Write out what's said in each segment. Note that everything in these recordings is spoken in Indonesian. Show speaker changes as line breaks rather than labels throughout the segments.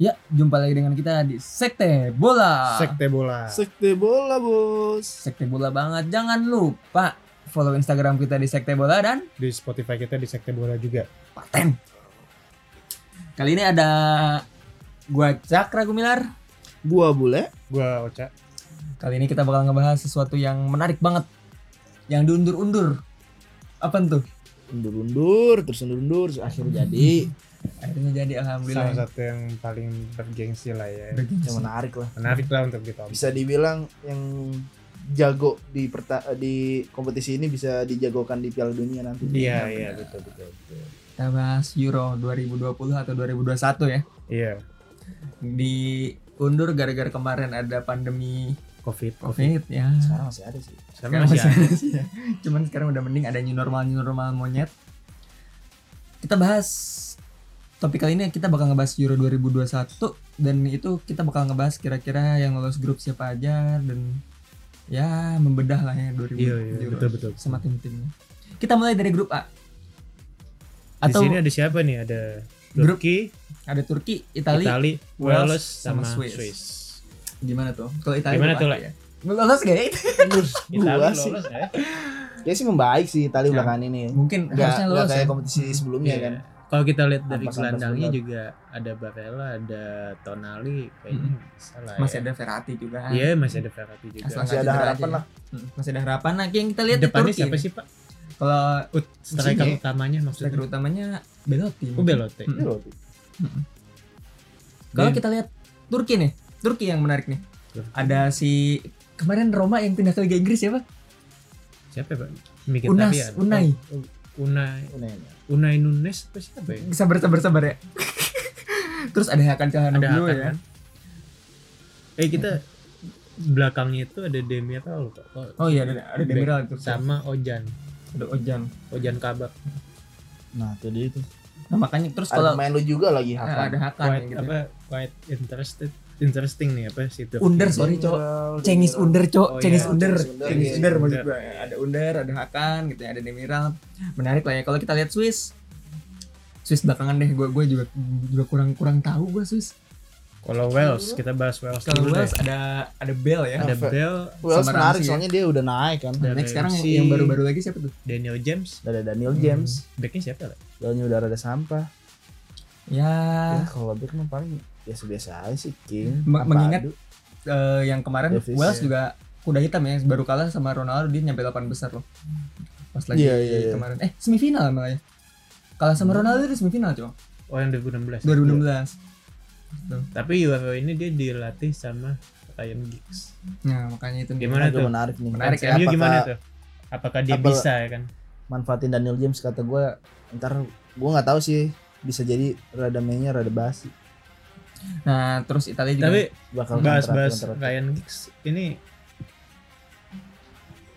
Ya, jumpa lagi dengan kita di Sekte Bola.
Sekte bola.
Sekte bola bos.
Sekte Bola banget. Jangan lupa follow Instagram kita di Sekte Bola dan
Di Spotify kita di sekte bola juga.
paten. Kali ini ada gua Cakra Gumilar.
Gua bule.
Gua Ocha.
Kali ini kita bakal ngebahas sesuatu yang menarik banget. Yang diundur-undur. Apa tuh?
Undur-undur, terus undur-undur, terus akhirnya jadi.
Akhirnya jadi
Salah
alhamdulillah.
satu yang paling bergengsi lah ya.
Yang menarik lah.
Menarik lah untuk kita.
Bisa dibilang yang jago di perta di kompetisi ini bisa dijagokan di Piala Dunia nanti.
Iya, iya, betul, betul, betul.
Kita bahas Euro 2020 atau 2021 ya.
Iya,
Diundur gara-gara kemarin ada pandemi
Covid,
Covid ya.
Sekarang masih ada sih.
Sekarang
Sekarang masih ada.
masih ada. ya. Cuman sekarang udah mending ada new normal new normal monyet. Kita bahas topik kali ini kita bakal ngebahas Euro 2021 dan itu kita bakal ngebahas kira-kira yang lolos grup siapa aja dan ya membedah lah ya 2000
Iya, iya,
Euro
betul, betul.
sama tim-timnya. Kita mulai dari grup A.
Di
Atau
sini ada siapa nih? Ada
Grup
Turki,
ada Turki, Italia,
Itali,
Wales,
Wales,
sama
sama
Swiss.
Swiss.
gimana tuh? Kalau Italia
Gimana
grup
tuh,
A
Le?
ya? Lolos gak ya itu?
Itali
Gua
lolos
sih.
Iya,
ya?
Ya sih membaik sih Itali
Ya.
belakangan ini.
Mungkin
Gak,
harusnya lolos ya.
kayak kompetisi sebelumnya
Iya.
kan.
Kalau kita lihat dari
Ampas-ampas
gelandangnya
benar.
juga ada Barella, ada Tonali, kayaknya bisa lah
Masih
ya.
ada Verratti juga.
Iya, masih ada Ferrati juga.
Asal
Masih
nggak
ada
cedera
harapan
aja.
lah.
Hmm, Masih ada harapan. Nah, yang kita lihat
Depannya
di Turki.
siapa sih, Pak?
Kalau
Ut, striker
Sini.
utamanya maksudnya.
striker utamanya Belotti.
Oh, Belotti.
Hmm.
Iya loh.
Kalau
Dan-
kita lihat Turki nih, Turki yang menarik nih.
Iya. Turki.
Ada si kemarin Roma yang pindah ke Liga Inggris ya, Pak?
Siapa ya, Pak?
Unas,
Mkhitaryan.
Unai.
oh, Unai
Ini-
Unai Nunes apa siapa ya?
Sabar sabar sabar ya. Terus ada Hakan
Ada
Calhanoglu
Hakan
ya.
kan? Eh kita belakangnya itu ada Demiral kok. Oh,
Oh iya ada ada Demiral itu.
sama Ojan.
Ada Ojan.
Ojan Kabak.
Nah, tadi itu.
Nah, makanya terus
Ada
kalau
main lu juga lagi
Nah,
Hakan.
ada Hakan
Quite
gitu.
apa quite interested interesting nih apa sih itu.
Under sorry, cowok.
Demiral,
Cengis
Demiral.
Under, Cok.
Oh, iya.
Cengis Under.
Cengis Under,
Cengis
iya,
Under
iya.
maksud gua. Ada Under, ada Hakan gitu ya, ada Demiral. Menarik lah ya kalau kita lihat Swiss. Swiss belakangan deh gua gua juga juga kurang-kurang tahu gua Swiss.
Kalau Wales kita bahas Wales
Kalau
dulu
Wales
deh.
ada ada Bell ya.
Ada
Apa?
Bell,
Wales
Sama
menarik
Ramsey ya.
soalnya dia udah naik kan.
Ada
Next sekarang yang,
Ramsey.
yang baru-baru lagi siapa tuh?
Daniel James.
Ada Daniel James.
Backnya siapa lah?
Soalnya udah ada sampah.
Ya,
Ya, kalau back mah paling biasa-biasa aja sih King.
Me-
Apa
mengingat-
adu?
eh, yang kemarin
Davis,
Wales
ya.
juga kuda hitam ya, baru kalah sama Ronaldo dia nyampe 8 besar loh. Pas lagi
Iya, iya, iya.
kemarin. Eh, semifinal malah ya. Kalah sama Ronaldo di semifinal, Cok.
Oh yang 2016.
2016.
Tapi UFO ini dia dilatih sama Ryan Giggs.
Nah, makanya itu nih.
Gimana
Agak
tuh?
menarik nih.
Menarik ya.
MU
Apakah
gimana tuh? Apakah dia
Apa-
bisa ya kan?
Manfaatin Daniel James kata gue ntar gue nggak tahu sih bisa jadi rada mainnya rada basi
Nah, terus Italia juga.
Tapi
bakal
bahas-bahas
kontrak- kontrak.
Ryan Giggs ini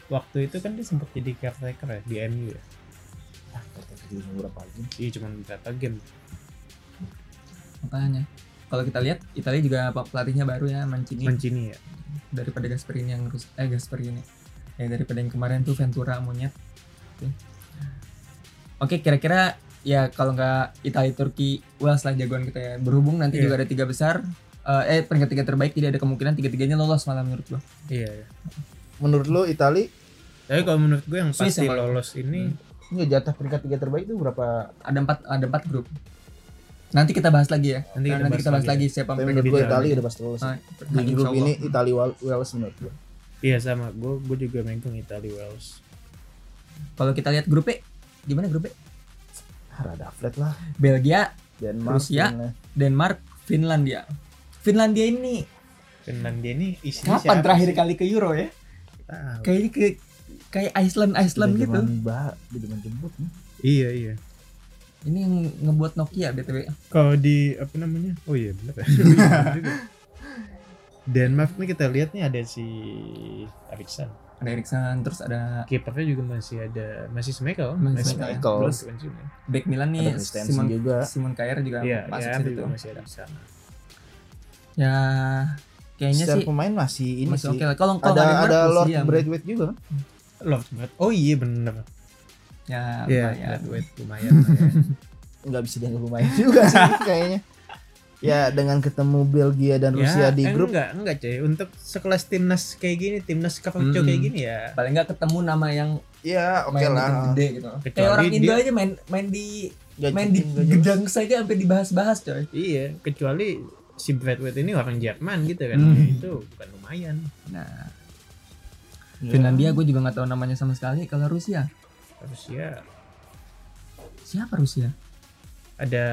waktu itu kan dia sempat jadi caretaker ya di MU ya
Ah, kontrak di umur berapa lagi
iya cuma berapa game
makanya kalau kita lihat Italia juga pe- pelatihnya baru ya Mancini
Mancini ya
daripada Gasperini yang ngurus eh Gasperini ya daripada yang kemarin tuh Ventura monyet Oke. oke kira-kira ya kalau nggak Italia Turki Wales lah jagoan kita ya berhubung nanti
Iya.
juga ada tiga besar eh eh peringkat tiga terbaik tidak ada kemungkinan tiga-tiganya lolos malah menurut gua
iya ya.
menurut lo Itali
tapi kalau menurut gue yang
Swiss
pasti Hmm.
yang paling-
lolos ini
nggak jatah peringkat tiga terbaik itu berapa
ada empat ada empat grup nanti kita bahas lagi ya
Nah, Nanti Iya, kita
nanti kita bahas
bahas ya.
lagi, siapa
tapi
peringkat
menurut gue
tiga.
Itali udah pasti lolos
Ah,
di
insya
grup
Allah.
ini Itali Wal- Wales menurut gue
iya sama gue gue juga megang Italia Wales
kalau kita lihat grup B gimana grup B
Ah, rada flat lah ya,
Belgia
Denmark
Rusia.
Finland.
Denmark, Finlandia. Finlandia ini
Finlandia ini isinya
kapan
siapa
terakhir
sih?
kali ke Euro ya?
Tahu.
Kayaknya ke kayak Iceland Iceland
Di
gitu.
zaman bah di zaman jemput nih
iya iya
Ini yang ngebuat Nokia BTW.
kalau di apa namanya oh iya benar ya Bener juga. Denmark nih kita lihat nih ada si Erikson
Ada Erikson, terus ada
kipernya juga masih ada masih Schmeichel
Masih
Schmeichel.
Terus back Milan
ada
nih
Kristensen
Simon
juga
Simon Kjaer juga
Iya,
masuk
ya,
situ tuh.
masih ada di sana.
Ya kayaknya
Secara
sih
pemain masih ini
masih
sih.
oke lah. Kalau kalau
Ada
nggak
ada
Neymar,
Lord
William.
Braithwaite juga kan?
Lord Brad. Oh iya bener.
Ya,
Iya,
lumayan.
Brad White lumayan. lah ya.
Nggak bisa dianggap pemain juga sih kayaknya. Ya dengan ketemu
Ya,
Belgia dan Rusia ya, di
eh,
grup
enggak enggak cuy untuk sekelas timnas kayak gini timnas Kakajo
Mm-mm.
kayak gini ya
Paling nggak ketemu nama yang
ya oke
main di tim
lah.
gede gitu. Kayak
Kecuali
orang Indo
dia-
aja main main di
Gaji-
main di
gaji-
gedang saja sampai dibahas-bahas coy.
iya kecuali si Bradwood ini orang Jerman gitu kan
Hmm.
itu bukan lumayan
Nah,
Ya.
Finlandia gue juga nggak tahu namanya sama sekali. Kalau Rusia,
Rusia
siapa Rusia?
ada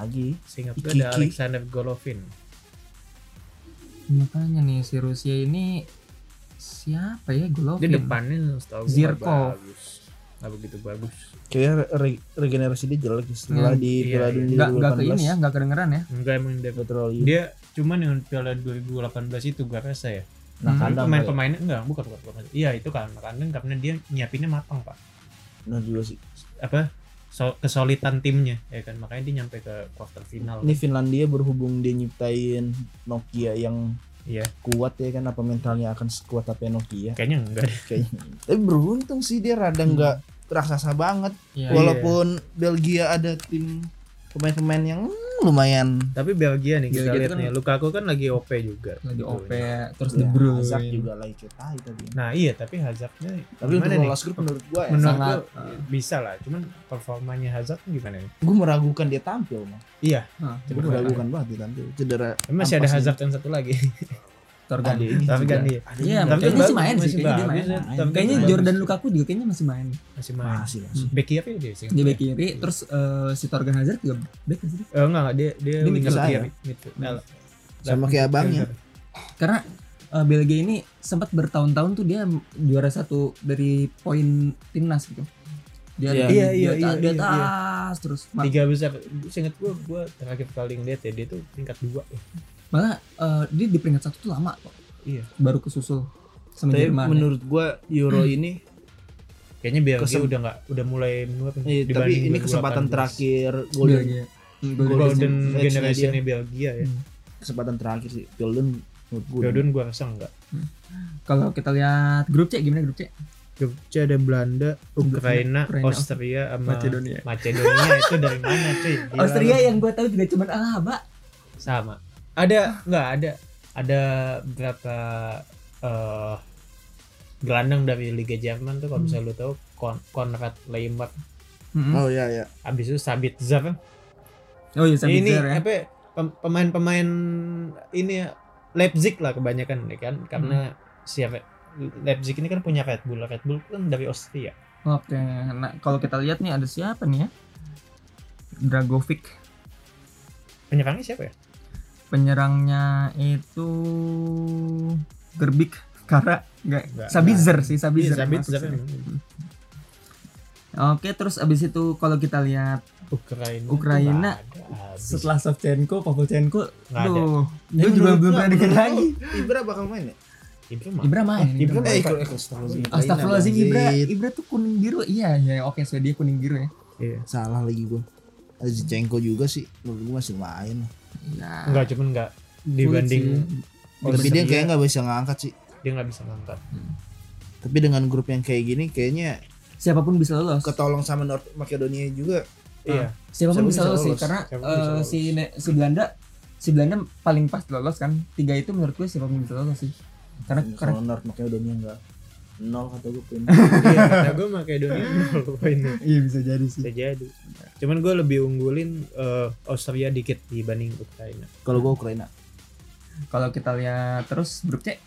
lagi.
Singapura ada
Kiki.
Alexander Golovin
Makanya nih si Rusia ini siapa ya
dia
Golovin?
depannya setahu gue
Zirkov.
nggak bagus nggak begitu bagus
Kayaknya re- regenerasi dia jelek sih, setelah
Hmm,
di
iya,
Piala
iya.
Dunia
Nggak nggak ke
2018.
ini ya, nggak kedengeran ya?
enggak emang dia
Nggak terlalu
dia cuman yang Piala 2018 itu gua rasa ya
nah
Hmm,
kandang
pemain
kali.
pemainnya enggak bukan bukan, bukan. iya itu kan karena karena dia nyiapinnya matang pak
Benar Nah, juga sih.
apa so- kesolidan timnya ya kan makanya dia nyampe ke quarter final
Ini Finlandia berhubung dia nyiptain Nokia yang
Iya.
kuat ya kan apa mentalnya akan sekuat apa Nokia
kayaknya enggak deh
kayaknya. Tapi beruntung sih dia rada
Hmm.
nggak raksasa banget
Iya.
walaupun Belgia ada tim pemain-pemain yang hmm, lumayan
tapi Belgia nih kita
Belgia itu
lihat
kan-
nih Lukaku kan lagi OP juga Gitu.
Lagi OP,
Tentunya.
terus
Ya,
De Bruyne.
Hazard juga lagi kayak tai tadi
nah iya tapi Hazardnya
tapi untuk
gimana nih
lolos grup menurut gua ya
menurut
sangat, ah,
gua, bisa lah cuman performanya Hazard gimana nih
gua meragukan dia tampil mah
iya
Hah,
gua
bener.
meragukan banget dia tampil cedera
masih ada
Ampas
Hazard yang satu lagi
Torgan.
ada ini
tapi kan
juga.
dia
Ada
Iya, tapi
juga.
kan
kayaknya sih
bagus,
main sih,
masih
kayaknya dia
bagus
main.
ya.
Main.
Tapi
Kayaknya
bagus.
Jordan Lukaku juga kayaknya masih main.
masih main
masih masih
back kiri apa ya dia sih
Dia back kiri, terus eh, si Torgan Hazard juga back nggak sih?
Eh, enggak enggak dia dia
Dia
winger
bisa
kiri
ya?
midfield. Nah,
Sama kayak ya? abangnya.
karena eh, Belgia ini sempat bertahun-tahun tuh dia juara satu dari poin timnas gitu. Dia
Iya.
di-
Iya, iya,
di atas,
iya,
di
iya,
atas terus. Ma-
tiga besar seingat gua gua terakhir kali ngeliat ya dia tuh tingkat dua ya
Malah eh, dia di peringkat satu tuh lama kok.
Iya.
Baru kesusul sama
Tapi
Jerman. ya.
menurut gua Euro
Hmm.
ini eh,
kayaknya Belgia
Kesem-
udah nggak udah mulai menuap nih
Iya, tapi
dibanding
ini kesempatan
2018.
terakhir Golden
Belgia.
Golden
golden
Age-nya
generation Belgia ya
kesempatan terakhir sih Golden menurut gue.
Golden gua rasa enggak
Kalau kita lihat grup C gimana grup C?
grup C ada Belanda Ukraina
Ukraina,
Austria Iya. sama
Macedonia.
Macedonia itu dari mana cuy Gila
Austria
lu.
yang gue tahu juga cuman Alaba.
sama ada enggak ada ada berapa eh gelandang dari Liga Jerman tuh kalau
Hmm.
misalnya lu tahu Kon Konrad Leimer
Mm-mm.
Oh iya iya.
abis itu Sabitzer
Oh iya Sabitzer
ini
ya.
apa ya, pem- pemain-pemain ini ya, Leipzig lah kebanyakan ya kan
Hmm.
karena siapa Leipzig ini kan punya Red Bull Red Bull kan dari Austria
Oke. Nah, kalau kita lihat nih ada siapa nih ya? Dragovic.
penyerangnya siapa ya
penyerangnya itu Gerbik Kara
Nggak,
nggak Sabitzer sih
Iya,
Sabitzer, yang
Sabitzer
masuk sih.
emang.
Oke terus abis itu kalau kita lihat
Ukraina
Ukraina.
tuh nggak ada habis.
setelah Savchenko Pavlchenko
Nggak ada.
aduh dia juga belum pernah denger lagi
Ibra bakal main ya?
Ibra mah
Ibra main
Ibra
Ibra main.
main. Iya,
ikut ikut Eh, astagfirullahaladzim.
Astagfirullahaladzim
Ukraina,
Ibra
Brazil.
Ibra tuh kuning biru iya ya oke so dia kuning biru ya
iya.
Salah lagi gue. Ada Zinchenko juga sih menurut gue masih main.
ya
nggak cuman nggak dibanding
Oh,
Tapi
Austria,
dia kayaknya nggak bisa ngangkat sih.
dia nggak bisa ngangkat
Tapi dengan grup yang kayak gini kayaknya
siapapun bisa lolos
ketolong sama North Makedonia juga. Ah.
iya
siapapun
Siapapun
bisa
bisa
lolos sih
lolos.
karena
Siapapun bisa
eh,
lolos.
si Ne- si Belanda si Belanda paling pas lolos kan tiga itu menurut gue siapapun bisa lolos sih karena karena
Kalau North Makedonia enggak nol kata gue poin.
iya kata gue Makedonia nol poinnya
ya.
iya bisa jadi sih
bisa jadi cuman gue lebih unggulin eh, Austria dikit dibanding Ukraina
Kalau gue Ukraina.
kalau kita lihat terus grup C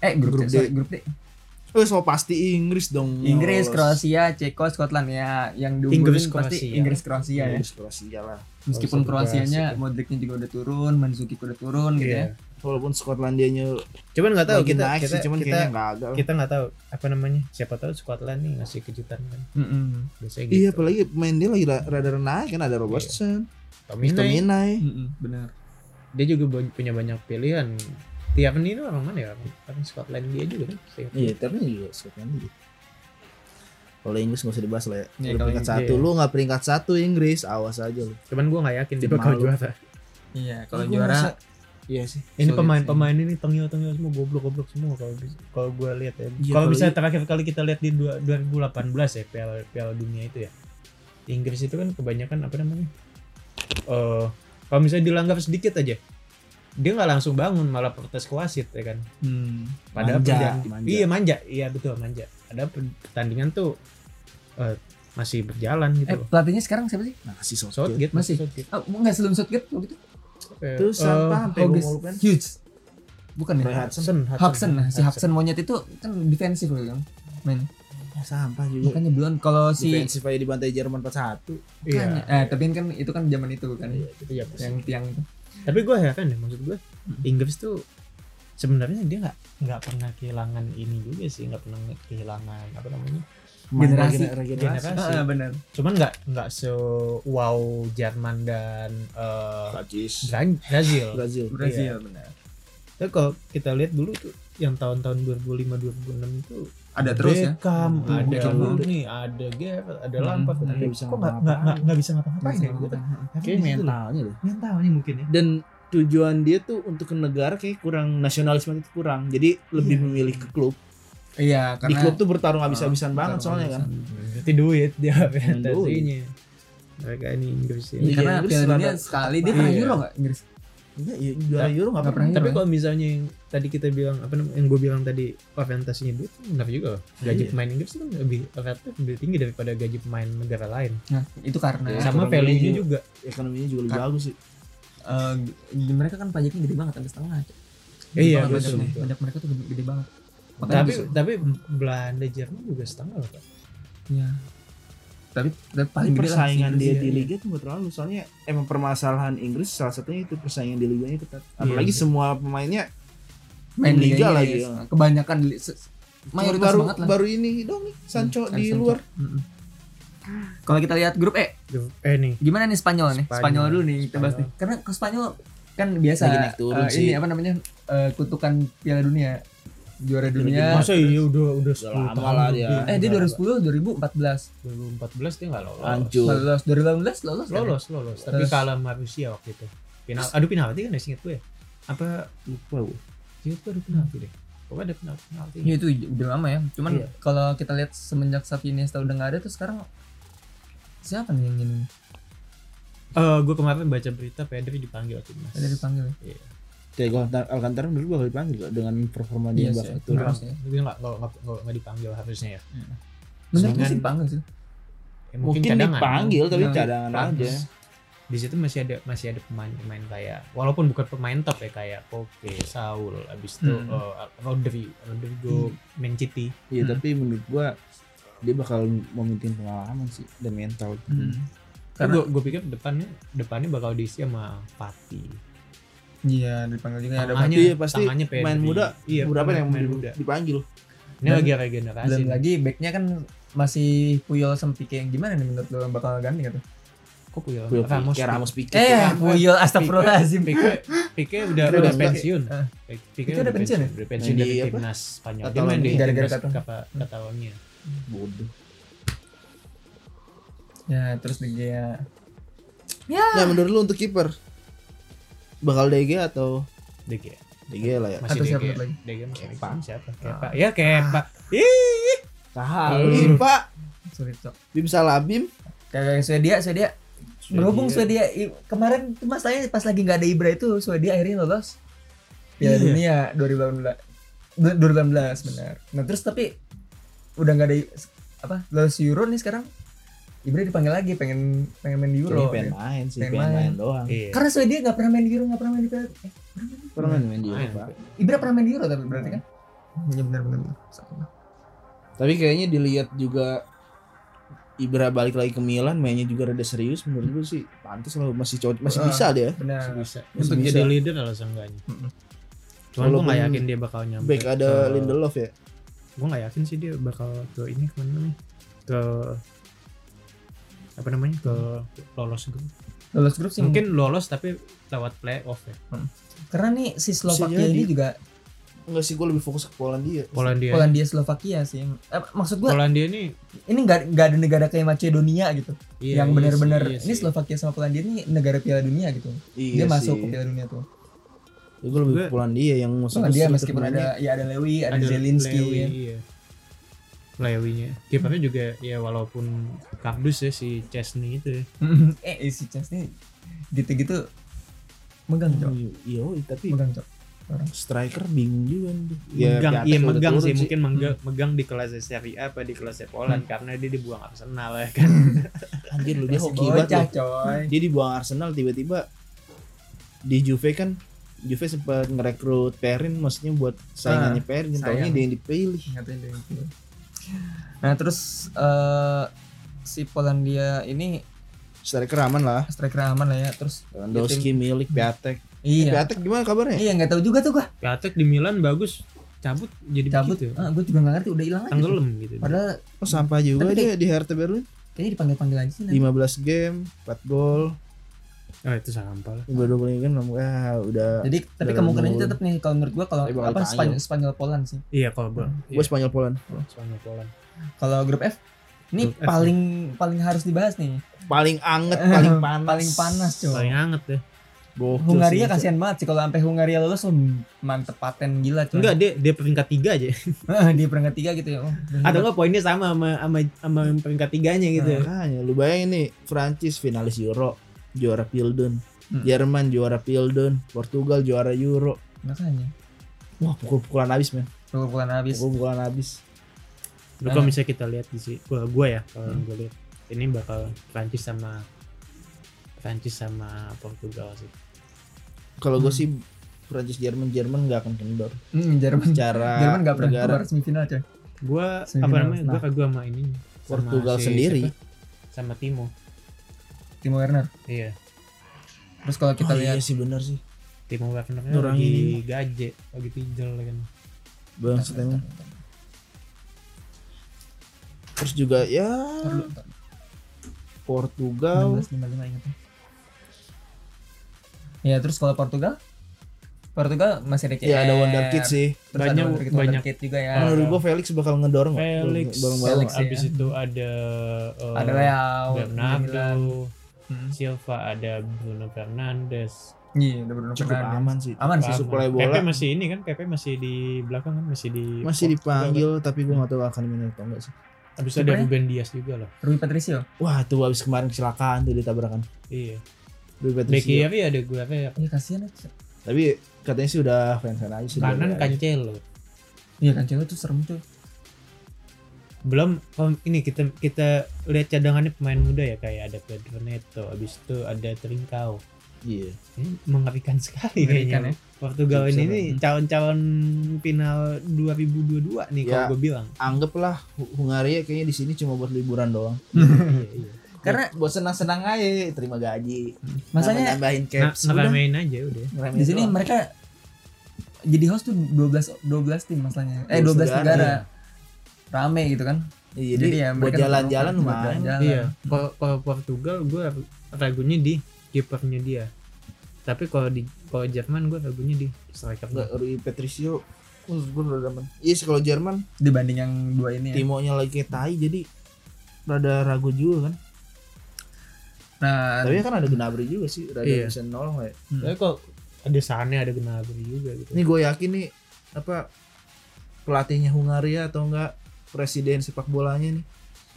eh grup,
Grup
C,
D.
sorry, grup D
Eh so pasti Inggris dong.
Inggris
lolos.
Kroasia Ceko Scotland ya yang diunggulin
Inggris,
pasti
Kroasia.
Inggris Kroasia ya
Inggris Kroasia lah.
meskipun
Kroasia,
Kroasianya
Kroasia.
Modricnya juga udah turun Mandzukic udah turun gitu ya
Iya.
Walaupun Skotlandianya
cuman nggak tahu
lagi
kita
naik
kita
sih, cuman
kita
kayaknya nggak ada.
kita nggak tahu apa namanya siapa tahu Scotland nih ngasih kejutan kan
Mm-mm.
biasanya gitu
Iya, apalagi main dia lagi ra- rada naik kan ada Robertson,
Tommy
Mr.
Knight,
Minai.
Mm-mm, benar
dia juga ban- punya banyak pilihan Tierney itu orang mana ya orang, orang Scotland dia juga kan Seingat
Iya, tapi juga Skotlandia. Kalau Inggris nggak usah dibahas lah
Iya,
ya. Udah
kalau
peringkat
Inggris,
satu,
iya.
lu nggak peringkat satu Inggris, awas aja lu.
cuman gue nggak yakin dia
Tim
bakal
malu.
juara
iya kalau
Gua
juara
merasa Iya sih.
Ini
Solid
pemain-pemain ini tengil-tengil semua goblok-goblok semua kalau bis- kalau gue lihat ya.
Iya,
kalau
kalau
bisa
i-
terakhir kali kita lihat di dua- 2018 ya Piala Piala Dunia itu ya. Inggris itu kan kebanyakan apa namanya? Eh kalau misalnya dilanggar sedikit aja dia nggak langsung bangun malah protes ke wasit ya kan.
Hmm.
Padahal
Manja,
perjalanan-
manja.
Iya manja, iya betul manja. Ada per- pertandingan tuh eh, masih berjalan
Eh
gitu loh.
pelatihnya sekarang siapa sih?
Nah, si Southgate.
Southgate
Masih.
Southgate.
Oh, enggak sebelum Southgate waktu itu?
Eh,
Terus
eh,
siapa? Sampai gua
Hughes.
mau lupain.
Hughes. Bukan
Roy
ya?
Hudson.
Hudson,
Hudson, nah, si Hudson monyet itu kan defensif loh kan. Men,
Ya, Sampah juga.
makanya belum kalau Iya kan si
Defensif aja di bantai Jerman 4-1.
Iya.
Makanya. Eh, tapi kan itu kan zaman itu kan
Iya, gitu ya,
yang tiang itu.
tapi gue heran ya maksud gue
Hmm.
Inggris tuh sebenarnya dia nggak nggak pernah kehilangan ini juga sih nggak pernah kehilangan apa namanya
Generasi.
Main regenerasi.
Generasi. Masih.
Ah, benar.
Iya.
cuman nggak nggak se wow Jerman dan eh,
Prancis.
Bra- Brazil
Brazil. Iya,
Brazil benar.
tapi kalau kita lihat dulu tuh yang tahun-tahun 2005 2006 itu
Ada terus ya.
Beckham,
Hmm,
ada
Beckham.
Rooney ada Gerrard ada
Hmm,
Lampard
nggak
Tapi
bisa
kok nggak
ngapa-ngapain.
nggak nggak- nggak bisa ngapa-ngapain
Iya,
ya gitu
kan- Kayak mentalnya deh.
mentalnya mungkin ya
Dan tujuan dia tuh untuk ke negara kayak kurang nasionalisme itu kurang. Jadi lebih
Iya.
memilih ke klub.
Iya,
di
karena
klub tuh bertarung
Ah,
habis-habisan banget
bertarung
soalnya kan.
berarti duit dia
fantasinya.
fantasinya mereka ini Inggris ini
Iya, karena
Inggris
Piala Dunia
rada-
sekali dia pernah
Iya.
Euro nggak Inggris?
Enggak, ya, juara Euro enggak
Nggak
pernah.
pernah.
Tapi
Iya.
kalau misalnya yang tadi kita bilang apa namanya yang gue bilang tadi wah, fantasinya duit benar juga. loh. Gaji
Iya.
pemain Inggris itu kan lebih relatif lebih tinggi daripada gaji pemain negara lain.
Nah, itu karena
Iya.
Sama
kurang
value-nya
lebih.
juga.
Ekonominya juga lebih
Kan-
bagus sih.
eh, g- mereka kan pajaknya gede banget sampai setengah. Gede
Iya,
banget
betul,
pajaknya.
betul.
Pajak mereka tuh gede, gede banget. Makanya
Tapi
bisa-
tapi Belanda Jerman juga setengah loh Pak.
Iya. Tapi, tapi paling gede lah
Tapi
si
persaingan
Inggris
dia
ya.
di liga tuh nggak terlalu soalnya emang permasalahan Inggris salah satunya itu persaingan di liganya ketat. Apalagi
Iya.
semua pemainnya
main
liga
liga lagi.
lagi, ya.
Kebanyakan di- se- se- mayoritas
baru
banget lah.
baru ini dong nih Sancho
Hmm,
di
Sancho.
luar.
Mm-mm. Kalau kita lihat grup E,
Eh nih.
gimana nih Spanyol nih?
Spanyol.
Spanyol dulu nih kita bahas
Spanyol.
nih. Karena ke Spanyol kan biasa
Lagi naik turun
eh,
sih.
ini apa namanya? eh, kutukan Piala Dunia. Juara dunia.
Masa iya udah udah 10
lama
tahun
lah
lebih.
dia.
Eh dia 2010 2014.
2014 dia nggak
Oh,
lolos.
Hancur.
Lolos 2018 lolos. kan?
Lolos lolos. Tapi
Terus-
kalah sama Rusia waktu itu. Final. Aduh penalti kan ya singkat gue. Apa
Lupa gua.
itu ada penalti deh. Pokoknya ada penalti. penalti.
Ya itu udah lama ya. Cuman
Iya.
kalau kita lihat semenjak Xavi Iniesta udah nggak ada tuh sekarang siapa nih yang ini?
Eh, gue kemarin baca berita Pedri dipanggil timnas.
Ada dipanggil. ya?
Kayak Alcant- Alcantara dulu bakal dipanggil kok dengan performa
Iya
dia
sih,
bakal
iya.
turun.
Harusnya.
Dia nggak nggak nggak- nggak nggak dipanggil harusnya ya.
Bener
Sedangkan-
sih dipanggil sih.
Ya,
Mungkin
cadangan.
dipanggil tapi
Nah,
cadangan aja.
Terus, Di situ masih ada masih ada pemain-pemain kayak walaupun bukan pemain top ya kayak Koke, Saul, abis itu
Hmm.
eh, Rodri, Rodrigo, Menciti.
Iya,
Hmm.
tapi menurut gua dia bakal memimpin pengalaman sih dan mental.
Hmm. Karena
Gue gue pikir depannya depannya bakal diisi sama Pati.
iya dipanggil juga ada
Tangannya-
Iya, pasti
tangannya Pedri.
main muda,
Iya,
Berapa yang
main muda?
dipanggil?
Ini
Dan-
lagi regenerasi.
belum
nih.
lagi backnya kan masih Puyol sama Pique yang gimana nih menurut lo yang bakal ganti kata?
Kok Puyol?
Puyol
Ramos.
Kayak Ramos Piqué.
Eh
Pique.
Puyol astagfirullahaladzim.
Pique, Pique udah
Kira
udah
udah
pensiun.
Ah.
Pique,
Pique udah pensiun ya?
Udah pensiun
Main di
dari
apa?
timnas Spanyol. Dia
Catalonia.
main di
Gara-gara
timnas
Catalonia.
Kapa- Catalonia.
Bodoh.
Ya terus De Gea. Ya.
Nah, menurut lu untuk kiper bakal DG atau
De Gea.
DG lah ya.
Masih
Atau
De
siapa
Gea.
lagi?
De Gea ya, masih
Kepa.
Kepa. Siapa? Kepa. Ya Kepa. Ih.
Kali, Pak.
Sulit sok.
Bim Salabim.
Kayak Swedia, Swedia. Berhubung Swedia i- kemarin tuh mas tanya pas lagi nggak ada Ibra itu Swedia akhirnya lolos Piala
Iya.
Dunia 2018. Du- 2018 benar. Nah terus tapi udah nggak ada i- apa lolos Euro nih sekarang Ibra dipanggil lagi pengen pengen main di
Kayaknya
Euro.
pengen
ya.
main sih,
Pengen
pengen
main.
main doang.
Iya.
Karena Swedia nggak pernah main di Euro, nggak pernah main di Piala. eh,
Pernah main main di
Main.
Eropa.
Ibra pernah main di Euro tapi berarti kan? Iya benar benar. benar. Sama.
Tapi kayaknya dilihat juga Ibra balik lagi ke Milan mainnya juga rada serius menurut gue sih pantas lah masih cocok masih
Ah.
bisa dia
Benar.
Masih bisa.
Masih
Untuk
bisa.
jadi leader lah seenggaknya.
Mm-mm.
Cuman gue
Walaupun
gak yakin dia bakal nyampe.
baik ada
ke-
Lindelof ya
Gue gak yakin sih dia bakal ke ini kemana namanya. Ke apa namanya ke lolos grup
Lolos grup sih mungkin
mungkin lolos tapi lewat playoff ya
karena nih si Slovakia
jadi.
ini juga
enggak sih gue lebih fokus ke Polandia
Polandia
Polandia Slovakia sih. Eh, maksud gua
Polandia ini
ini nggak nggak ada negara kayak Macedonia gitu.
iya,
yang
iya
benar-benar
sih, iya
ini
sih.
Slovakia sama Polandia ini negara Piala Dunia gitu. dia
iya
masuk
sih.
ke Piala Dunia tuh.
Ya, gue lebih
Gue-
kepulan dia yang maksudnya
Soalnya dia
striker
meskipun
banyak.
ada ya ada Lewi, ada,
Lewi,
Zelinski.
iya. Lewinya. Kipernya juga ya walaupun kardus ya si Chesney itu ya.
eh si Chesney gitu-gitu megang cok,
Iya, oh, tapi
megang cok.
striker bingung juga nih.
megang,
di
iya
atas udah
megang
turun
sih, Hmm. mungkin mengga- megang di kelas Serie A apa di kelas Poland karena dia dibuang Arsenal ya kan.
Anjir lu dia
Masih
hoki banget.
bocah
loh.
coy.
Dia dibuang Arsenal tiba-tiba di Juve kan Juve sempat ngerekrut Perin maksudnya buat saingannya Perin taunya
sayang.
dia yang dipilih.
Ngatain dia gitu. Nah terus eh si Polandia ini
Striker aman lah.
striker aman lah ya terus
Lewandowski, Milik, Piatek.
iya
Piatek gimana kabarnya?
iya nggak tahu juga tuh gua
Piatek di Milan bagus, cabut jadi gitu ya.
cabut
begitu.
ah, gua juga nggak ngerti udah hilang aja
Tenggelam gitu.
padahal
Oh, sampah juga
Tapi
dia di Hertha Berlin.
kayaknya dipanggil panggil aja sih
15 game, 4 gol,
Oh itu sampah lah.
baru boleh kan ah, udah
jadi tapi
Dalam
kemungkinannya
mulu.
tetap nih kalau menurut gua kalau
Tapi bakal
apa
ditanya.
Spanyol Spanyol Poland sih
Iya kalau gua.
Hmm.
gue Spanyol Poland.
Spanyol Poland.
kalau grup F ini
Grup F.
paling paling harus dibahas nih
Paling anget, paling panas.
paling panas coy
Paling anget ya.
Gokil
Hungaria
sih.
kasihan banget sih kalau sampai Hungaria lolos lu mantep paten gila coy
Enggak, dia dia peringkat tiga aja.
di peringkat tiga gitu ya oh,
Atau enggak poinnya sama sama sama, sama yang peringkat tiganya gitu.
Iya.
ya.
Makanya lu bayangin nih Prancis finalis Euro juara Pilden,
Hmm.
Jerman juara Pilden, Portugal juara Euro.
makanya
Wah pukul-pukulan habis men,
pukulan habis
pukul-pukulan habis.
Tapi
Nah.
kalau misalnya kita lihat di sini, gua, gua ya kalau
Hmm.
gua lihat ini bakal Prancis sama Prancis sama Portugal sih.
Kalau gue
Hmm.
sih Prancis Jerman Jerman nggak akan kendor.
Hmm, Jerman
Cara
Jerman nggak pernah
negara
keluar semifinal coy
Gua apa
Semifinal,
namanya? Gua
nah.
kagum sama ini sama
Portugal
si
sendiri.
siapa? sama Timo.
Timo Werner
Iya,
terus kalau kita
Oh,
lihat
iya sih benar sih.
Timo Werner kan
Nurangin
lagi gaje, lagi pijel kan.
Bang emang. Terus juga ya
Ntar, ntar,
Portugal
1655 ingat ya. Ya terus kalau Portugal Portugal masih ada
ya ada
Iya,
Wonder Kid sih. Oh,
Terus ada
Banyak-
Wonderkid- Wonderkid juga ya.
Ah.
Menurut gue Felix bakal
Oh,
ngedorong nggak?
Felix,
Bareng-bareng
Felix,
nggak?
abis
ya.
itu ada eh,
ada Leao, Milan.
Bernardo,
Hmm.
Silva, ada Bruno Fernandes.
Iya, ada Bruno
Cukup
Fernandes.
aman sih.
Aman sih.
Aman. supply
Pepe
bola.
masih ini kan, Pepe masih di belakang kan, masih di
Masih dipanggil tapi gue nggak tahu akan main atau enggak sih.
Habis ada
Sebenarnya-
Ruben Dias juga loh.
Rui Patricio.
Wah tuh abis kemarin kecelakaan tuh ditabrakan.
Iya.
Rui
Back
Patricio.
kiri ada gue apa ya?
Iya kasihan aja.
Tapi katanya sih udah fan fan aja sih.
Kanan kan?
udah-
Cancelo.
Iya kan cewek tuh serem tuh.
Belum oh, ini kita kita lihat cadangannya pemain muda ya kayak ada Pedro Neto, habis itu ada Trincao.
Iya.
Ini mengerikan ya? sekali
Mengerikan
kayaknya. Portugal ini
Bisa,
nih
Bang.
calon-calon final 2022 nih
Ya.
kalau gue bilang.
Anggaplah Hu- Hungaria kayaknya di sini cuma buat liburan doang.
iya, iya.
Karena-
buat senang senang aja terima gaji.
Masanya
nambahin
Nah,
caps. udah.
ngeramein aja udah.
Ngeramein
di sini
doang.
mereka jadi host tuh 12 12 tim masalahnya. Eh 12
12
negara.
negara.
Rame gitu kan.
Iya,
Jadi
jadi
ya
buat
mereka
jalan-jalan
buat
main.
jalan-jalan.
Iya, kalau kalau Portugal gue ragunya di kipernya dia. Tapi kalau di kalau Jerman gue ragunya di
Nggak,
strikernya.
Rui Patricio. Khusus gue udah demen. Iya sih kalau Jerman
Dibanding yang dua ini ya.
timonya lagi kayak tai jadi rada ragu juga
Iya.
kan.
Nah,
Tapi kan ada Gnabry juga sih rada
Iya.
bisa nolong ya.
hmm.
Tapi kalau ada Sane ada Gnabry juga gitu.
Ini gue yakin nih apa pelatihnya Hungaria atau enggak presiden sepak bolanya nih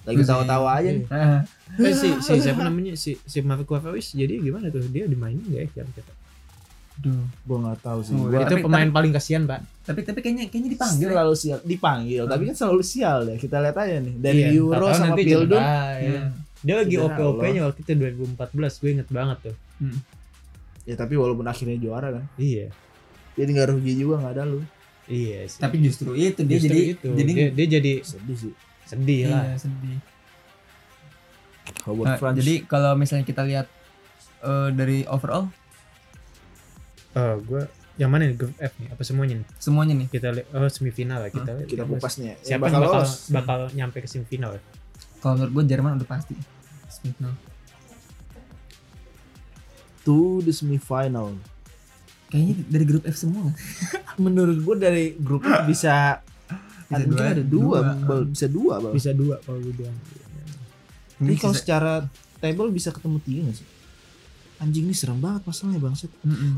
lagi
Iya.
tawa-tawa aja nih.
Ah,
Eh, si, si siapa namanya si si Marco Reus jadi gimana tuh dia dimainin nggak ya kira-kira?
aduh.
Gue nggak tahu sih.
Oh,
Gua
iya.
Itu
Tapi-
pemain paling kasihan pak.
Tapi tapi kayaknya kayaknya dipanggil. ya.
selalu sial dipanggil, tapi kan selalu sial ya. Kita lihat aja nih dari
Iya,
Euro
tahu-tahu
sama
nanti
Pildun.
cedera, ya.
Hmm.
Dia lagi
Cedera,
OP-OP-nya waktu itu 2014 gue inget banget tuh.
Ya tapi walaupun akhirnya juara kan.
Iya.
Jadi nggak rugi juga nggak ada lu.
Iya sih.
Tapi justru itu dia
Justru
jadi
itu.
jadi
dia, dia jadi
Sedih sih.
sedih
iya,
lah.
sedih.
Howard
Nah,
Franz.
jadi kalau misalnya kita lihat eh, dari overall
Eh, gue yang mana nih grup F nih apa semuanya nih?
semuanya nih.
Kita lihat oh semifinal lah kita. lihat.
kita kupas nih. ya.
Siapa
bakal
yang bakal,
lolos?
bakal nyampe ke semifinal? ya?
Kalau menurut gue Jerman udah pasti. Semifinal.
To the semifinal.
Kayaknya dari grup F semua.
Menurut gua dari grup itu bisa
Bisa
mungkin
dua,
ada dua,
dua.
Bal. bisa dua bal.
Bisa dua kalau gue bilang.
Jadi
Ini
kalau
sisa-
secara table bisa ketemu tiga nggak sih? anjing ini serem banget masalahnya bangset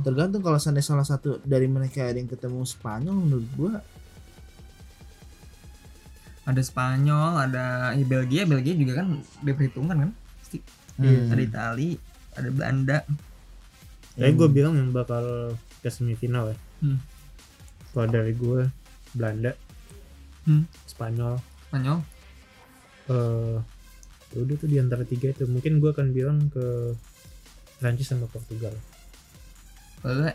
tergantung kalau seandainya salah satu dari mereka ada yang ketemu Spanyol menurut gua
Ada Spanyol, ada ya, Belgia, Belgia juga kan diperhitungkan kan. Pasti.
Hmm.
Ada Itali, ada Belanda.
Tapi gue bilang yang bakal ke semifinal ya.
Hmm.
Kalau dari gue Belanda,
Hmm.
Spanyol,
Spanyol.
eh ya udah tuh di antara tiga itu mungkin gue akan bilang ke Prancis sama Portugal.
Boleh.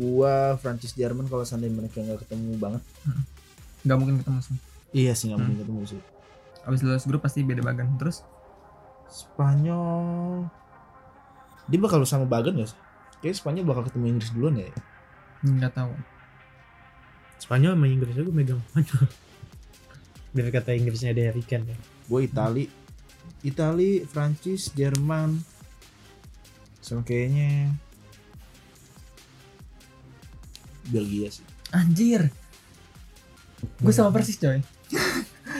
gua Prancis Jerman kalau seandainya mereka nggak ketemu banget
Gak mungkin ketemu sih.
iya sih nggak
Hmm.
mungkin ketemu sih
Abis lulus grup pasti beda bagan. Terus
Spanyol dia bakal sama Bagan gak sih Kayaknya Spanyol bakal ketemu Inggris duluan ya
nggak tahu.
Spanyol sama Inggris gue megang Spanyol. Biar kata Inggrisnya ada Harry Kane ya.
gue Itali Itali Prancis Jerman sama kayaknya Belgia sih
Anjir. Gue sama persis coy.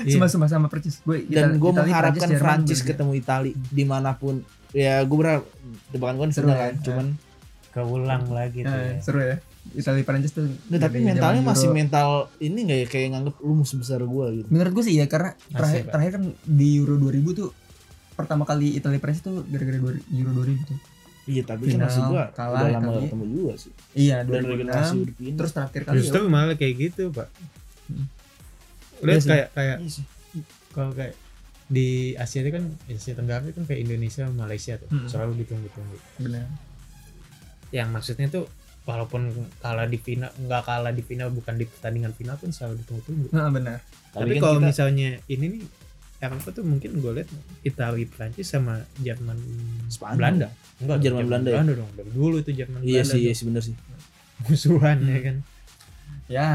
Iya.
Sama sama sama persis. Gue
dan gue
Itali,
mengharapkan
Jerman,
Prancis
Belgia.
ketemu Itali dimanapun ya gue berharap tebakan gue
Seru
final
ya,
kan cuman
Keulang lagi tuh.
Eh,
ya.
seru ya. Itali Prancis tuh.
Nggak, tapi
dari Eh, zaman
mentalnya
Euro.
masih mental ini nggak ya kayak nganggep lu musuh besar gue gitu
Menurut gue sih ya karena terakhir
Pak.
terakhir kan di Euro 2000 tuh pertama kali Italia Prancis tuh gara-gara dua- Euro 2000 tuh.
iya tapi kan
Final,
maksud gue
kalah
udah lama
Itali.
gak ketemu juga sih
Iya,
dan regenerasi
2006.
udah pindah
Terus terakhir kali ya.
Justru malah kayak gitu pak.
Iya. Hmm. Iya
Lihat
sih.
kayak kayak
Iya sih.
kalau kayak di Asia itu kan Asia Tenggara itu kan kayak Indonesia sama Malaysia tuh
Hmm.
selalu ditunggu-tunggu.
ya, benar.
Yang maksudnya tuh walaupun kalah di final nggak kalah di final bukan di pertandingan final pun selalu ditunggu-tunggu.
Nah, benar.
Tapi,
kan
kalau
kita-
misalnya ini nih Eropa tuh mungkin gue lihat Italia, Prancis sama Jerman,
Spanyol.
Belanda. Enggak, dong,
Jerman, Belanda ya?
Belanda dong. Dari dulu itu Jerman,
iya
Belanda
sih Hmm. iya
tuh
sih bener sih
musuhan ya kan.
Ya.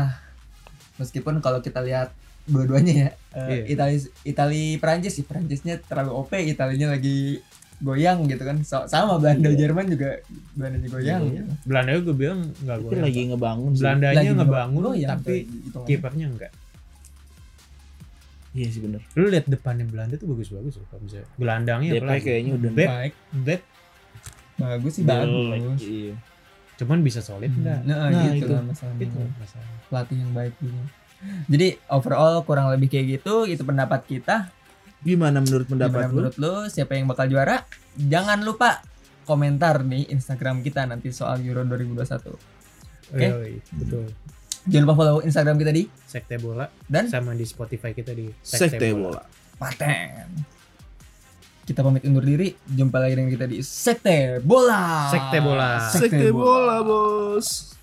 Meskipun kalau kita lihat dua-duanya ya, eh,
Iya.
Itali Itali Prancis sih Prancisnya terlalu OP, Italinya lagi goyang gitu kan. So- sama Belanda
Iya.
Jerman juga Belanda juga goyang.
Iya.
gitu.
Belanda gue bilang enggak gue.
tapi lagi Oh, ngebangun sih
Belandanya
Lagi
ngebangun
goyang,
tapi
tuh, hitungannya.
kipernya enggak.
iya sih bener
Lu lihat depannya Belanda tuh bagus-bagus loh kalau misalnya. Gelandangnya
DP kayaknya udah
Back.
baik.
back
Bagus sih
Jelek,
bagus.
iya.
cuman bisa solid enggak?
Nah,
Nah,
gitu
itu.
lah masalahnya.
Itu masalah.
Pelatih yang baik juga. Jadi overall kurang lebih kayak gitu itu pendapat kita.
gimana menurut
Gimana
pendapat lu
menurut lu siapa yang bakal juara? Jangan lupa komentar di Instagram kita nanti soal Euro 2021. Oke.
Yoi, betul.
Jangan lupa follow Instagram kita di
Sekte bola
dan
sama di Spotify kita di
sekte bola
paten. Kita pamit undur diri, jumpa lagi dengan kita di Sekte Bola.
Sekte Bola.
sekte bola bos